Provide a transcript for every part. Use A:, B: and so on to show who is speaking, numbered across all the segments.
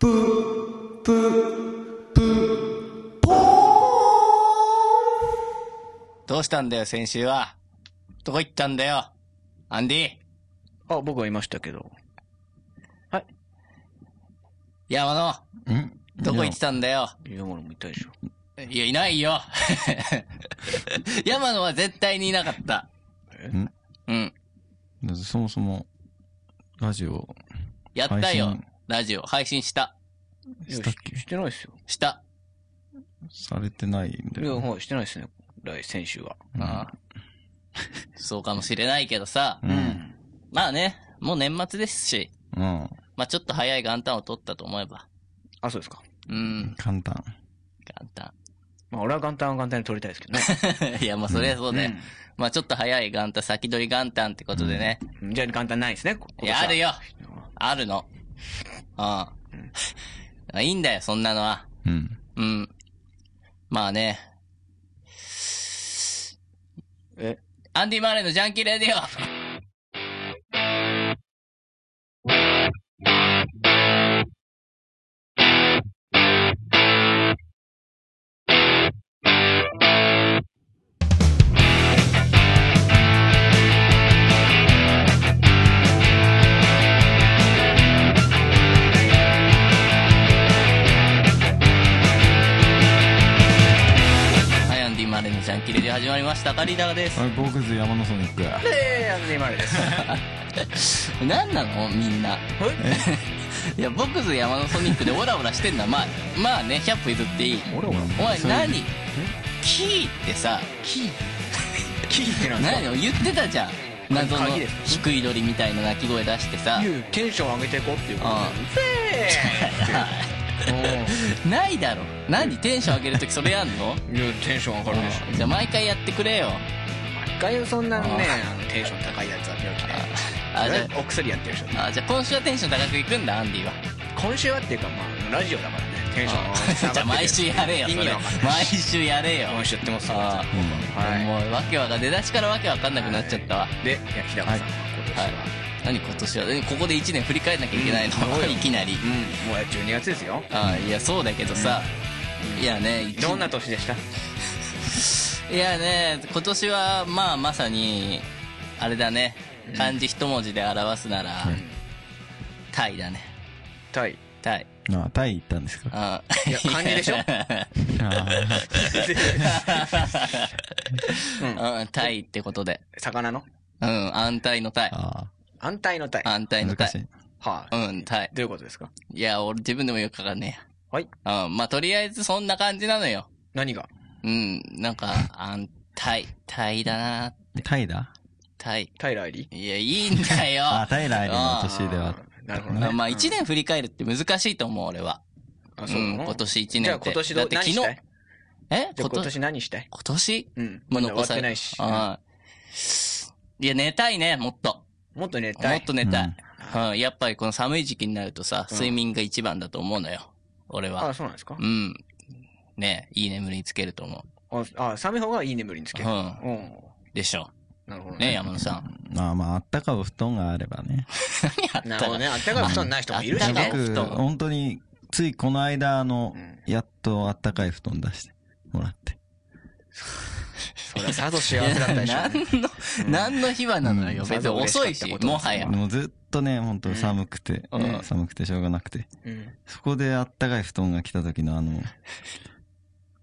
A: ぷ、ぷ、ぷ、ぽー
B: どうしたんだよ、先週は。どこ行ったんだよ。アンデ
C: あ、僕はいましたけど。
B: ィ、山野、
A: ん
B: どこ行ってたんだよ。
C: 今頃もいたでしょ。
B: いや、いないよ。 山野は絶対にいなかった。
C: え
A: ん
B: うん。
A: だってそもそも、ラジオ、
B: やったよ
A: 配信。
B: ラジオ、配信した。
C: いや
A: したっけ
C: してないっすよ。
B: した。
A: されてないんだ
C: いや、
A: よね。
C: はい、してないっすね。来、先週は。
A: うん
B: ああそうかもしれないけどさ
A: う。。。
C: うん
B: まあね、もう年末ですし、
A: うん。
B: まあちょっと早い元旦を取ったと思えば。
C: あ、そうですか。
B: うん、
A: 簡単。
B: 元
C: まあ、俺は元旦は元旦に撮りたいですけどね。
B: 旦。い や、まあそれはそうだよ。まあちょっと早い元旦、先取り元旦ってことでね。
C: うん。じゃあ元旦ないですね。こ
B: いや、ある。よ。
C: 今年は
B: あるの。 うん。いいんだよ、そんなのは。
A: うん。
B: うん。まあね。
C: え
B: アンディ・マーレのジャンキーレディオはい、アンディ・マーレのジャンキーレディオ始まりました。カリーダーです。
A: あれ、ボーカズ山のソニック。
C: えー、アンディマレです。
B: 何なのみんな。 いや、ボックス山のソニックでオラオラしてんのは、まあ、まあね、100歩譲っていい。
A: 俺は
B: お前
A: そういう
B: 何キーってさ、キー
C: キーってなんですか
B: 何を言ってたじゃん。謎の
C: 鍵ですか
B: 低い鳥みたいな鳴き声出してさ
C: い。うテンション上げていこうっていうこと
B: う
C: で。うん
B: ん。ないだろ。何テンション上げるときそれやんの
C: いや、テンション上がるでしょ。
B: じゃあ毎回やってくれよ。
C: 一回そんなね、あのテンション高いやつは病気で。
B: あ、じゃ
C: お薬やってる人
B: あ、あじゃあ今週はテンション高くいくんだ、アンディは。
C: 今週はっていうか、まあ、ラジオだからね、テンショ ン
B: じゃあ毎週やれよ、そ
C: 意
B: れ
C: 味わかんない。。
B: 毎週やれよ。
C: 今週やってます
B: あ
A: うん
C: は
B: もうわけわかん、出だしからわけわかん
C: い。
B: なくなっちゃったわ。
C: で、いや、平川さんは今年は。
B: はい何今年はえここで1年振り返らなきゃいけないの、
C: うん
B: いきなり、
C: うん、もう12月ですよ。
B: あいやそうだけどさ、いやね一
C: どんな年でした
B: いやね今年はまあまさにあれだね漢字一文字で表すなら、タイだね
C: タイ。
B: タイ
A: あタイ行ったんですか
B: あ
C: いや漢字でしょ
A: あー
B: うん、タイってことで
C: 魚の
B: うん安泰のタイ
A: あ
C: 安泰のタイ。
B: 安泰
A: ー、
B: のタ
A: 難し
B: イ
A: い。
C: は
B: う
C: い。
B: んタイ
C: どういうことですか
B: いや俺自分でもよくわかんね
C: はい。
B: えやうんまあとりあえずそんな感じなのよ
C: 何が
B: うんなんか安泰タイだな
A: タイだ
B: タイ
C: タイライリー
B: いや、いいんだ よ。
A: あ、タイライリーの
B: あ
A: 年では。
C: あーなるほどね。
B: まあ、一年振り返るって難しいと思う、俺は。
C: あ、
B: う
C: そうなの
B: ん、今年一年って。
C: じゃあ今年ど
B: だっ
C: う
B: て
C: 何
B: 昨日
C: したい
B: え
C: じゃあ
B: 今
C: 今
B: 年
C: 年何したい
B: 今年
C: うん。
B: もう
C: まだ終わ
B: 残
C: っ
B: さ
C: て
B: れ
C: ないし。
B: はい。いや、寝たいね、もっと。
C: もっと寝た
B: も
C: い
B: っ。と寝たい。うん、やっぱりこの寒い時期になるとさ、睡眠が一番だと思うのよ。俺は
C: あ、。そうなんですか
B: うん。ねいい眠りにつけると思
C: あ、あ寒い方がいい眠りにつけ
B: う。
C: る
B: う。。
C: うんん。
B: でしょ。
C: なるほど
B: ね
C: ね。
B: 山野さん。
A: まあまあ、あったかいお布団があればね。
C: なるほどね。あったかい布団ない人もいる
B: あ
C: し
B: ったかい
C: ね。
A: 僕
B: 布団、
A: 本当に、ついこの間、あの
C: うん、
A: やっとあったかい布団出してもらって。
C: そりゃさぞ幸せだった でしょうね。
B: 何の、何の秘話なのよ。
C: うん
B: 別に遅いし、もはや。
A: もうずっとね、本当寒くて
B: う、ん
A: 寒くてしょうがなくて。
C: うん。
A: そこであったかい布団が来た時のあの、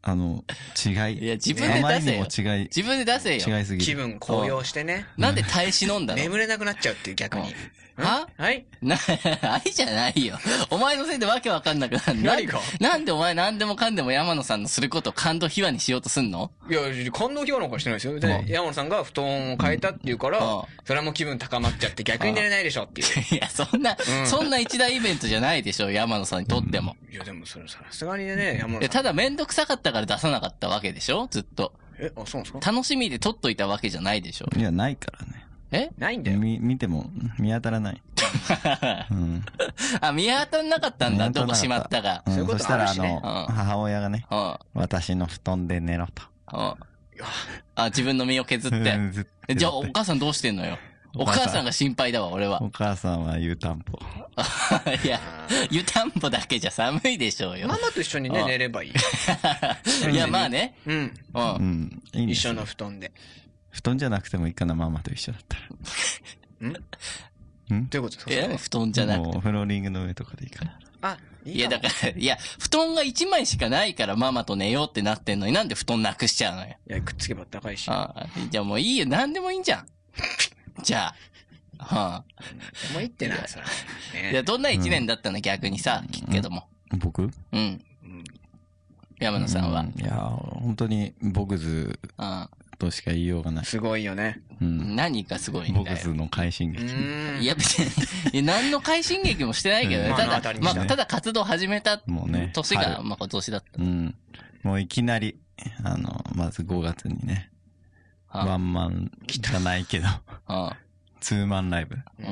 A: あの、違い。
B: いや自分で出せ
A: あ
B: よ
A: まりにも違い、
B: 自分で出せよ。
A: 違いすぎ
C: 気
A: る。
C: 分高揚してね。
B: なんで耐え忍んだの
C: 眠れなくなっちゃうっていう逆に。
B: うんは
C: はい
B: な、愛じゃないよ。お前のせいでわけわかんなくなる。
C: 何が
B: ななんでお前何でもかんでも山野さんのすることを感動秘話にしようとすんの
C: いや、感動気分なんかしてないですよ。
A: う
C: で
A: ん、
C: 山野さんが布団を変えたっていうか
B: うん
C: ら、それはもう気分高まっちゃって逆に寝れないでしょってい
B: いや、そんな、
C: うん
B: そんな一大イベントじゃないでしょ、山野さんにとっても。
C: う。いや、でもそれさすがにね、
B: い
C: 山
B: や
C: 野さん。
B: ただめんどくさかったから出さなかったわけでしょずっと。
C: え、あ、そうなんですか
B: 楽しみで撮っといたわけじゃないでしょ
A: いや、ないからね。
B: え
C: ないんだよ。
A: み、見ても見当たら ない。うん。
B: あ、見当たんなかったんだ、
A: 見当
B: どこ
A: たんなかった
B: しまったか。
A: うん
C: そういうこと
A: そした
C: あ
A: ら、
C: る
A: あ
C: しね
A: の、
B: うん
A: 母親がね、
B: うん。うん。
A: 私の布団で寝ろと。
B: あ、自分の身を削って。
A: うんずっと
B: えじゃあお母さんどうしてんのよお母さんが心配だわ、俺は。
A: お母さんは湯たんぽ。
B: いや、湯たんぽだけじゃ寒いでしょうよ
C: マ。マと一緒にね、
B: あ
C: 寝ればいい。
B: いや、まあね。
C: うん。
B: う。
A: うんん。いいんで
C: 一
A: す
C: 緒の布団で。
A: 布団じゃなくてもいいかな、ママと一緒だったら。
C: どういうこと
B: い
C: です
B: や、
C: か
B: 布団じゃなくて。
A: もうフローリングの上とかでいいかな。
C: あ、
B: いや、だから、いや、布団が1枚しかないからママと寝ようってなってんのになんで布団なくしちゃうのよ。
C: ら。いや、くっつけば高いし。も
B: ああじゃあもういいよ、なんでもいいんじゃん。 じゃあ。は
C: ういいってな、それ。
B: あ、
C: ね
B: いや、どんな一年だったの逆にさ、聞くけども。
A: 僕
B: うん。
C: うん
B: 山野さんは。
A: ういや、本当に、ボグズ
B: あ
A: としか言いようがない。
C: すごいよね。
B: あ
A: うん。
B: 何がすごいん
A: ボ
B: だ
A: グ
B: よ。
A: ズの快進
C: う
A: 撃。
C: ーん。
B: いや、別に、いや何の快進撃もしてないけどね。
A: うん
B: た
C: まあ
B: だ
C: 当た、り
B: ま
C: 前
B: あ、
C: だね
B: ただ活動始めた
A: もうね
B: 年が、
A: 春
B: まあ今年だった。
A: うん。もういきなり、あの、まず5月にね、ワ
B: あ
A: ンマンじゃないけど、
B: あ
A: ツーマンライブ。
B: うん。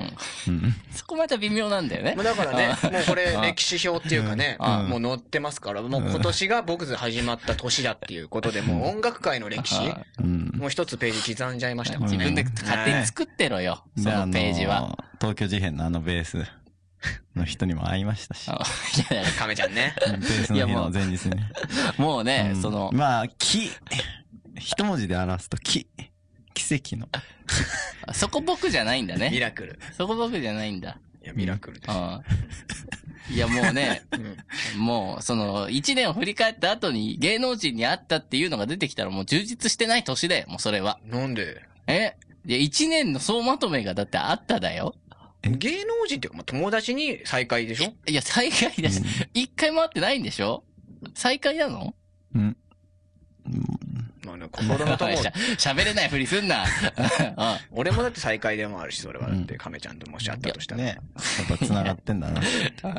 A: うん。
B: そこまた微妙なんだよ ね
C: もう。だからね
B: あ、
C: もうこれ
B: あ
C: 歴史表っていうかね
A: うん、
C: もう載ってますから、もう今年が僕始まった年だっていうことで、もう 音楽界の歴史、
B: あ
A: うん。
C: もう一つページ刻んじゃいましたから
B: 自
C: ね。
B: 分で勝手に作ってろよ。そ
A: であ
B: のページは。
A: 東京事変のあのベースの人にも会いましたし、
B: あいやいや
C: 亀ちゃんね。
A: ベースの日の前日にね。
B: もうね、
A: うん
B: その、
A: まあ、き、一文字で表すとき、奇跡の。
B: そこ僕じゃないんだ
C: ミ
B: ね。
C: ラクル。
B: そこ僕じゃないんだ。
C: いや、ミラクルです。
B: うんいや、もうね、
C: うん
B: もう、その、一年を振り返った後に芸能人に会ったっていうのが出てきたらもう充実してない年だよ、もうそれは。
C: なんで
B: えいや、一年の総まとめがだってあっただよ。
A: え
C: 芸能人っていうか、まあ、友達に再会でしょ
B: いや、再会だし、一回も会ってないんでしょ再会なの
A: うん。
C: まあね、心 の友
B: しゃ喋れないふりすん な。う
C: 俺もだって再会でもあるし、それはだって亀ちゃんともし会ったとしたら。
A: ね、やっぱ繋がってんだな。
B: ん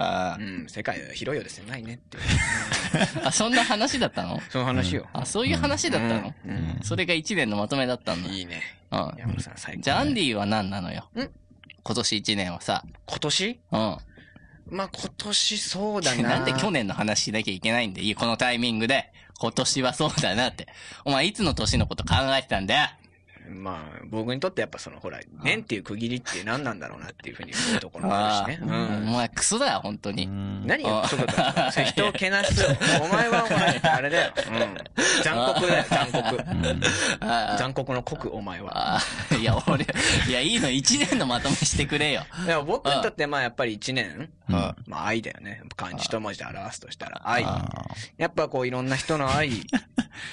B: あ
C: うん、世界は広いようですね。ないね っていう。
B: ーあ、そんな話だったの
C: その話よ。
B: あ、そういう話だったの、
C: うん
A: うん
B: それが一年のまとめだったん
C: う
B: だ
C: ん。いいね。
B: うん。
C: 山本さん、最高。
B: じゃあ、アンディは何なのよ。
C: ん
B: 今年一年はさ。
C: 今年
B: うん。
C: まあ、今年そうだ な。
B: なんで去年の話しなきゃいけないんだよ。このタイミングで。今年はそうだなって。お前、いつの年のこと考えてたんだよ。
C: まあ、僕にとってやっぱその、ほら、年っていう区切りって何なんだろうなっていうふうに思うところもあるし ね。
B: あお
C: うん。
B: 前、クソだよ、本当 に。
C: 何がそうだそう人をけなす。お前はほら、あれだよ。うん。残酷だよ、残 酷。残酷の酷、お前は。
B: あ ーいや、俺、いや、いいの、一年のまとめしてくれよ。
C: でも僕にとってまあやっぱり一年、
A: うん
C: まあ愛だよね。漢字一文字で表すとしたら愛。
A: あ
C: やっぱこういろんな人の愛、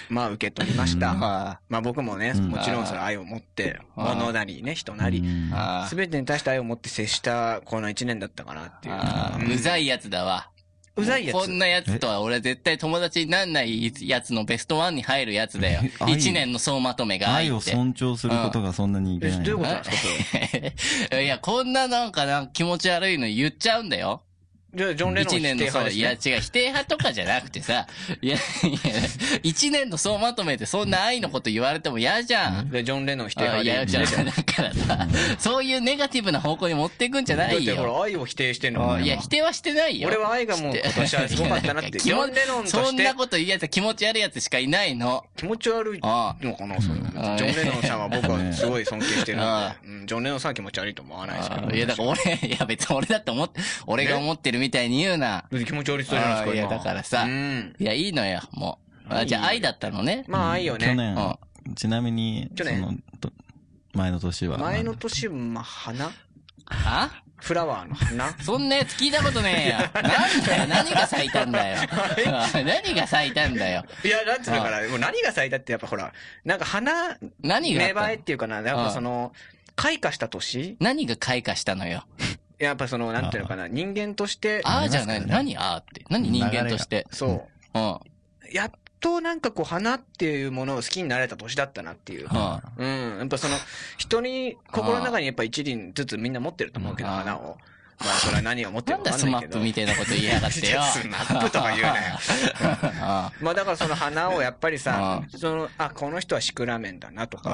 C: まあ受け取りました。
B: あ
C: まあ僕もね、
A: うん
C: もちろんそれ愛を持って、
B: あー
C: 物なりね、人
A: ー
C: なり、
A: うん
B: あ
C: すべてに対して愛を持って接したこの一年だったかなって
B: ーあ
C: い
B: ー、
C: う。
B: うざいやつだわ。
C: うざいや
B: こ
C: つ
B: ん。なやつとは俺絶対友達になんないやつのベストワンに入るやつだよ
A: え。愛
B: 一年の総まとめが愛
A: 愛
B: っ
A: を
B: て。
A: 尊重することがそんなにいけ
C: え、
A: ない
C: どういう
A: の。
C: ことなんですか、そ れ。
B: いや、こんななんかなんか気持ち悪いの言っちゃうんだよ。
C: じゃあ、ジョン・レノン
B: 一
C: 否定
B: 年の総、
C: 派で
B: いや違
C: す
B: う、否定派とかじゃなくてさ、いや、いや、一年の総まとめてそんな愛のこと言われても嫌じゃん。
C: ね。で、ジョン・レノン否定
B: あ
C: 派
B: い
C: でいい
B: や、
C: ん
B: じゃ
C: で
B: あ
C: しょ。
B: だからさ、そういうネガティブな方向に持っていくんじゃ
C: だっ
B: ない
C: てほ
B: よ。
C: ら、愛を否定してんの
B: いや、否定はしてないよ。
C: 俺は愛がもう今年はすごかったなって。
B: い
C: ジ
B: や
C: ョ
B: なん
C: ン・
B: か
C: レノンと
B: そん
C: し
B: な
C: て
B: こと言うやつは気持ち悪いやつしかいないの。
C: 気持ち悪い
B: あ
C: のかな、それ
B: ん
C: ジョン・レノンさんは僕はすごい尊敬してるんで
B: あ
C: うんジョン・レノンさんは気持ち悪いと思わないですけど。
B: いや、だから俺、いや別に俺だって思って、俺が思ってるみたいに言うな。
C: だって気持ち悪い人じゃないです
B: あ
C: か、
B: いや
C: 今
B: だからさ
C: うん。
B: いや、いいのよ、もう。あじゃあ愛だったのね。
C: まあ、愛よ
A: 去
C: ね。
A: 年、ちなみに、
C: 去
A: そ
C: 年
A: の、と前の年は。
C: 前の年、まあ、花
B: あ
C: フラワーの花
B: そんなやつ聞いたことねえよ。なんだよ、何が咲いたんだよ。何が咲いたんだよ。
C: いや、なんつうのかな、もう何が咲いたってやっぱほら、なんか花、
B: 何があ
C: 芽
B: ったの
C: 生えっていうかな、やっぱその、開花した年
B: 何が開花したのよ。
C: やっぱその、なんていうのかな、人間として、
B: あ
A: あ
B: あ
A: り
B: じ
A: ま
B: ゃ
A: す
B: な
A: から
B: い。
A: ね
B: 何あーって。何人間として。
C: そう。
B: うん。うん。
C: やっとなんかこう花っていうものを好きになれた年だったなっていう。うん。やっぱその、人に、心の中にやっぱ一輪ずつみんな持ってると思うけど、
B: あー
C: 花を。まあ、それは何を持って
B: なん
C: るか
B: だ
C: わ
B: ス
C: かん
B: マ
C: ないけ
B: ッ
C: ど。
B: プみたいなこと言いやがって よ。
C: スマップとか言うなよ。
B: う
C: まあだからその花をやっぱりさ
B: あ、
C: その、あ、この人はシクラメンだなとか。
B: ん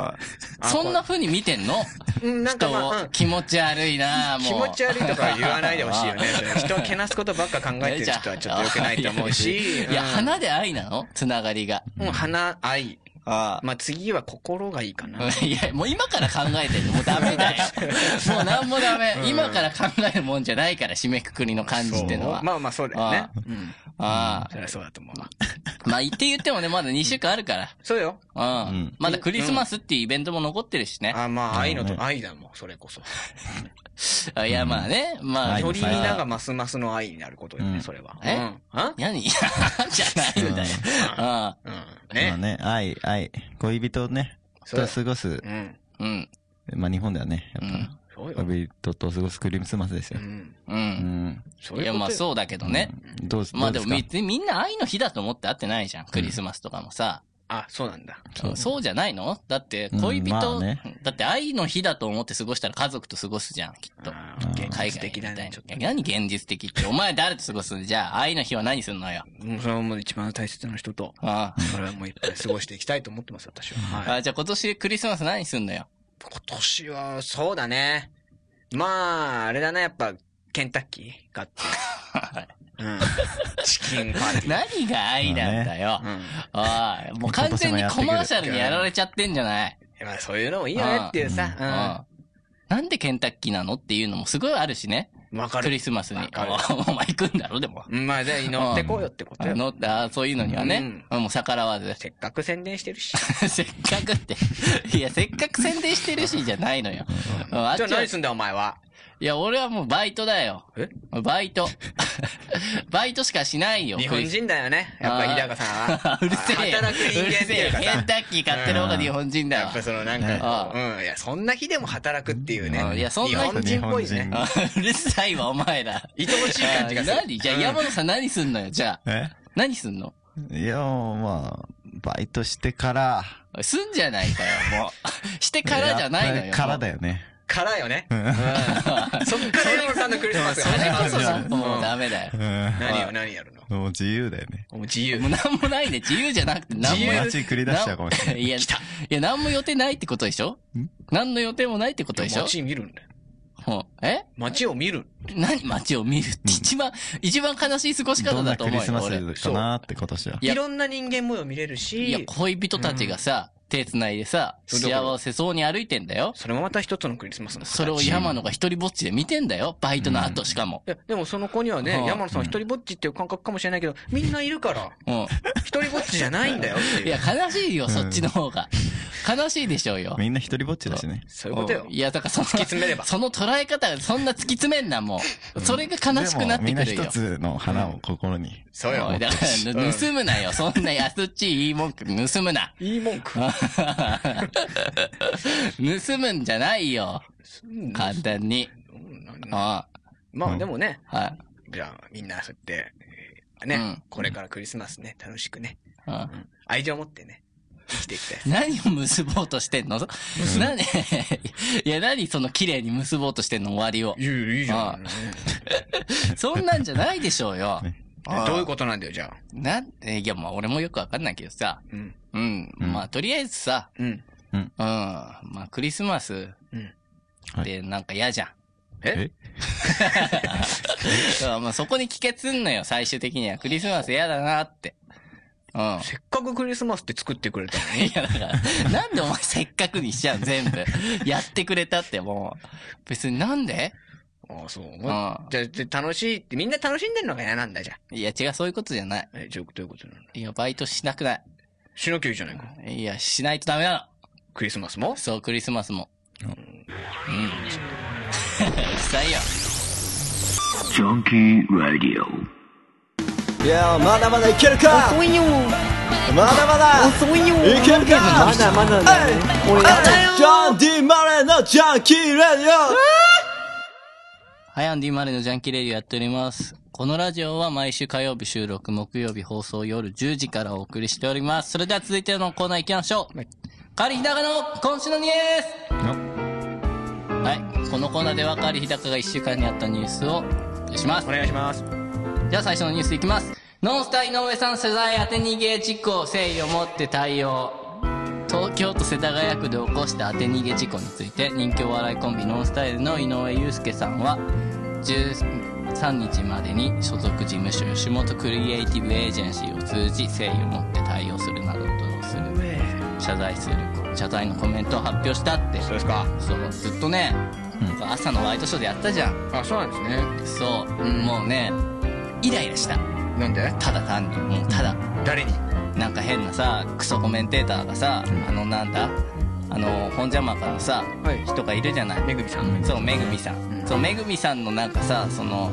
C: あ
B: そんな、風に見てんの
C: こうん、なんか
B: 人
C: まあ、う
B: を
C: ん。
B: 気持ち悪いなもう。
C: 気持ち悪いとかは言わないでほしい よね。それ人をけなすことばっか考えてる人はちょっと良くないと思う し。
B: いや、
C: うん
B: 花で愛なのつながりが。
C: もう花、愛。
B: ああ。
C: まあ次は心がいいかな。
B: いや、もう今から考えてるの、もうダメだ よ。もうなんもダメ。今から考えるもんじゃないから、締めくくりの感じってのは。
C: まあまあそうだよね
B: あ。
C: うん。
B: あ
C: そりゃそうだと思うわ。
B: あ。まあ言って言ってもね、まだ2週間あるから。
C: そうよ。
B: うん。
A: うん
B: まだクリスマスっていうイベントも残ってるしね。
C: あ、まあ愛の
A: う
C: と、
A: ん
C: 愛だもん、それこそ。
B: あいや、まあね。まあ。
A: 愛
C: よ
A: の
C: り
A: 再
C: み
A: 会
C: ながますますの愛になることよ
A: う
C: ね、
A: ん
C: それは。
B: え
C: うんあ
B: 何 じゃないんだよ。あ
C: うん。
A: まあ
C: ね。
A: ね、愛、愛、恋人ね、
C: そう
A: と
C: よ
A: 過ごす
C: う、ん。
B: あ。うん。
A: まあ日本ではね、やっ
C: そう
A: ぱ、
C: よ。
A: 恋人と過ごすクリスマスです
C: う
A: よ。
C: ん。
B: う。
A: うんん。
C: そう
B: い
C: いう
B: や、
C: こ
B: まあ
C: とよ。
B: そうだけどね。
A: うん。どうす
B: まあでも
A: どうす
B: 別にみんな愛の日だと思って会ってないじゃん。クリスマスとかもさ。
C: あ、そうなんだ。
A: そう
B: そうじゃないのだって恋人、
A: うんまあね
B: だって愛の日だと思って過ごしたら家族と過ごすじゃん、きっと。
C: あ
A: うん
C: ー
B: 海
C: 現
B: 外
C: 実
B: みた
C: 的
B: いな
C: だね、ちょっと。
B: 何現実的って。お前誰と過ごすんじゃあ愛の日は何すんのよ。
C: うんそれはもう一番大切な人と、
B: あ
C: それはもういっぱい過ごしていきたいと思ってます、私は。
B: あ
C: はい。
B: あ、じゃあ今年クリスマス何すんのよ。
C: 今年は、そうだね。まあ、あれだな、やっぱ、ケンタッキー買って。うん。チキンパーティー。
B: 何が愛なんだよ。
C: うん。
B: ああ、もう完全にコマーシャルにやられちゃってんじゃない
C: まあ、そういうのもいいよねっていう
B: うん
C: さ。
B: なんでケンタッキーなのっていうのもすごいあるしね。
C: うん。わか
B: ク
C: る
B: リ。スマスに。
C: わ
B: お
C: かる
B: お前行くんだろ、でも。
C: うんまあ、じゃあ、乗ってこうよってこと
B: あ
C: よ。
B: の、ああそういうのにはね。もう逆らわず。
C: せっかく宣伝してるし。
B: せっかくって。いや、せっかく宣伝してるし、じゃないのよ。うんあっち
C: じ
B: は
C: ゃあ、何すんだ、お前は。
B: いや、俺はもうバイトだよ。
C: え
B: バイト。 バイトしかしないよ。
C: 日本人だよね。やっぱ、日高さんは
B: 。うるせえ。
C: 働く人間っていう
B: う
C: か
B: るせえケ
C: さ
B: ン。タッキー買ってる方が日本人だ
C: や
B: わ
C: っ。ぱそのなん
A: ね
C: か、うん、いや、そんな日でも働くっていう
B: う
C: ね。
B: んいやそんな
C: 日本人っぽいね。
A: ぱ
B: あ うるさいわ、お前ら。
C: 愛おしい感じがする。
B: 何じゃあ、
C: うん
B: 山野さん何すんのよ、じゃあ。
A: え
B: 何すんの
A: いや、まあ、バイトしてから。
B: すんじゃないかよ、もう。 してからじゃないの
A: い
B: よ。
A: やからだ
B: よ。
A: よね。
C: からよね。うんそっから山本さんのクリスマスが始まるん
B: そ
C: で
B: う
C: す
B: そう、
C: よ。
B: もうダメだよ。
A: う
C: 何よ、何やるの
A: ん。もう自由だよね。
C: もう自由
B: も。うなんもないで、自由じゃなくて、なんも
A: 自由街繰り出しちゃうかもしれ
B: ない。いや、いや、なんも予定ないってことでしょ何の予定もないってことでしょ
C: 街見るんだよ。
B: ほうえ
C: 街を見る。
B: 何街を見るって一番、一番悲しい過ごし
A: ど
B: 方
A: ん
B: だ
A: な
B: と
A: ク
B: 思う
A: リ
B: よ。
A: スマ
B: 俺
A: スかなって今年は。
B: いや
C: いろんな人間模様見れ
B: い
C: る
B: や
C: し、、
B: 恋人たちがさ、手繋いでさ、
C: そういうこと
B: 幸せそうに歩いてんだよ。
C: それもまた一つのクリスマスの形
B: それを山野が一人ぼっちで見てんだよ。バイトの後しかも。
C: いやでもその子には
B: は
C: ね
B: あ、
C: 山野さん一人ぼっちっていう感覚かもしれないけど、みんないるから、
B: うん。
C: 一人ぼっちじゃないんだよっていう。
B: いや、悲しいよ、そっちの方が。悲しいでしょうよ。
A: みんな一人ぼっちだしね。
C: そういうことよ
B: うん。いや、だからその、突き
C: 詰めれば
B: その捉え方が、そんな突き詰めんな、もう。それが悲しくなっ
A: でも
B: て
A: みん
B: く
A: な
B: るよ。
A: 一つの花を心に。
C: そう
B: おい
C: よ。
B: だから、
C: うん
B: 盗むなよ。そんな安っちいいい文句盗むな。
C: いい文句。
B: 盗むんじゃないよ。簡単に。
C: うんな
B: うん。
C: な
B: は
C: まあでもね、
B: い。
C: じゃあみんなそうやって、えーね、
B: うん
C: これからクリスマスね、楽しくね、
B: うん
C: 愛情を持ってね、生きていきたいです。
B: 何を結ぼうとしてんの何 いや、何その綺麗に結ぼうとしてんの終わりを。
C: いやいいじゃん。
B: そんなんじゃないでしょう よ。
C: えどういうことなんだよ、じゃあ。
B: なん、えいや、まあ俺もよくわかんないけどさ。
C: うん。
B: うん。
A: うん
B: まあとりあえずさ、
C: うん。
B: うん。まあクリスマス
C: うん
B: ってなんか嫌じゃん。
C: え
B: うんまあそこに帰結すんのよ、最終的には。クリスマス嫌だなって。うん。
C: せっかくクリスマスって作ってくれたの
B: いや、だから、なんでお前せっかくにしちゃう全部。やってくれたってもう。別になんで
C: に。ああ、そう。
B: うん。
C: じゃあ、で楽しいって、みんな楽しんでるのが嫌なんだ、じゃあ。
B: いや、違う、そういうことじゃない。
C: え、じゃあどういうことなの
B: いや、バイトしなくない。
C: しなきゃいいじゃないか。
B: いや、しないとダメな
C: クリスマスも
B: の。そう、クリスマスも。うん。うるさいよ。
D: Junkie Radio.
E: いやーまだまだいけるか
F: 遅いよ
E: まだまだ
F: 遅いよ
E: いけるか
F: まだまだだよ俺だよ
E: ジョン・ディ・マレーのジャンキー・レディオ
B: はい、アンディ・マレーのジャンキーレディオやっております。このラジオは毎週火曜日収録、木曜日放送夜10時からお送りしております。それでは続いてのコーナー行きましょう。
C: はい
B: カリヒダカの今週のニュースはい、このコーナーではカリヒダカが1週間にあったニュースをお送りします
C: お。願いします。
B: じゃあ最初のニュースいきます。ノンスタ井上さん世代当て逃げ事故、誠意を持って対応。東京都世田谷区で起こした当て逃げ事故について、人気お笑いコンビノンスタイルの井上祐介さんは、13日までに所属事務所吉本クリエイティブエージェンシーを通じ誠意を持って対応するなどとする謝罪する謝罪のコメントを発表したって
C: そうですか。
B: そうずっとね、朝のワイドショーでやったじゃん
C: あ、そうなんですね。
B: そう、
C: うん
B: もうねイライラした
C: なんで
B: ただ単にもうただ
C: 誰に
B: なんか変なさクソコメンテーターがさ、あのなんだあの本邪魔かのさ、
C: はい
B: 人がいるじゃない
C: めぐみさん。
B: そうめぐみさん、
C: うん
B: そうめぐみさんのなんかさその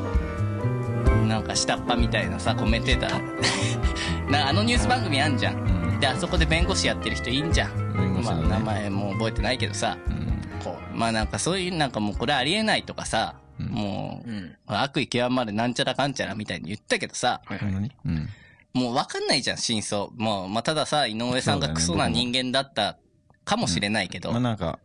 B: なんか下っ端みたいなさコメンテーター なんかあのニュース番組あんじゃん、であそこで弁護士やってる人いんじゃん、
A: 弁護士
B: まあ
A: のね
B: 名前もう覚えてないけどさ、
A: うん
B: こうまあなんかそういうなんかもうこれありえないとかさ、
A: うん
B: もう、
C: うん。
B: 悪意極まるなんちゃらかんちゃらみたいに言ったけどさ、
C: はい
A: ほんまにうん。
B: もう分かんないじゃん、真相。もう、まあ、たださ、井上さんがクソな人間だったかもしれないけど、
A: まあなんか、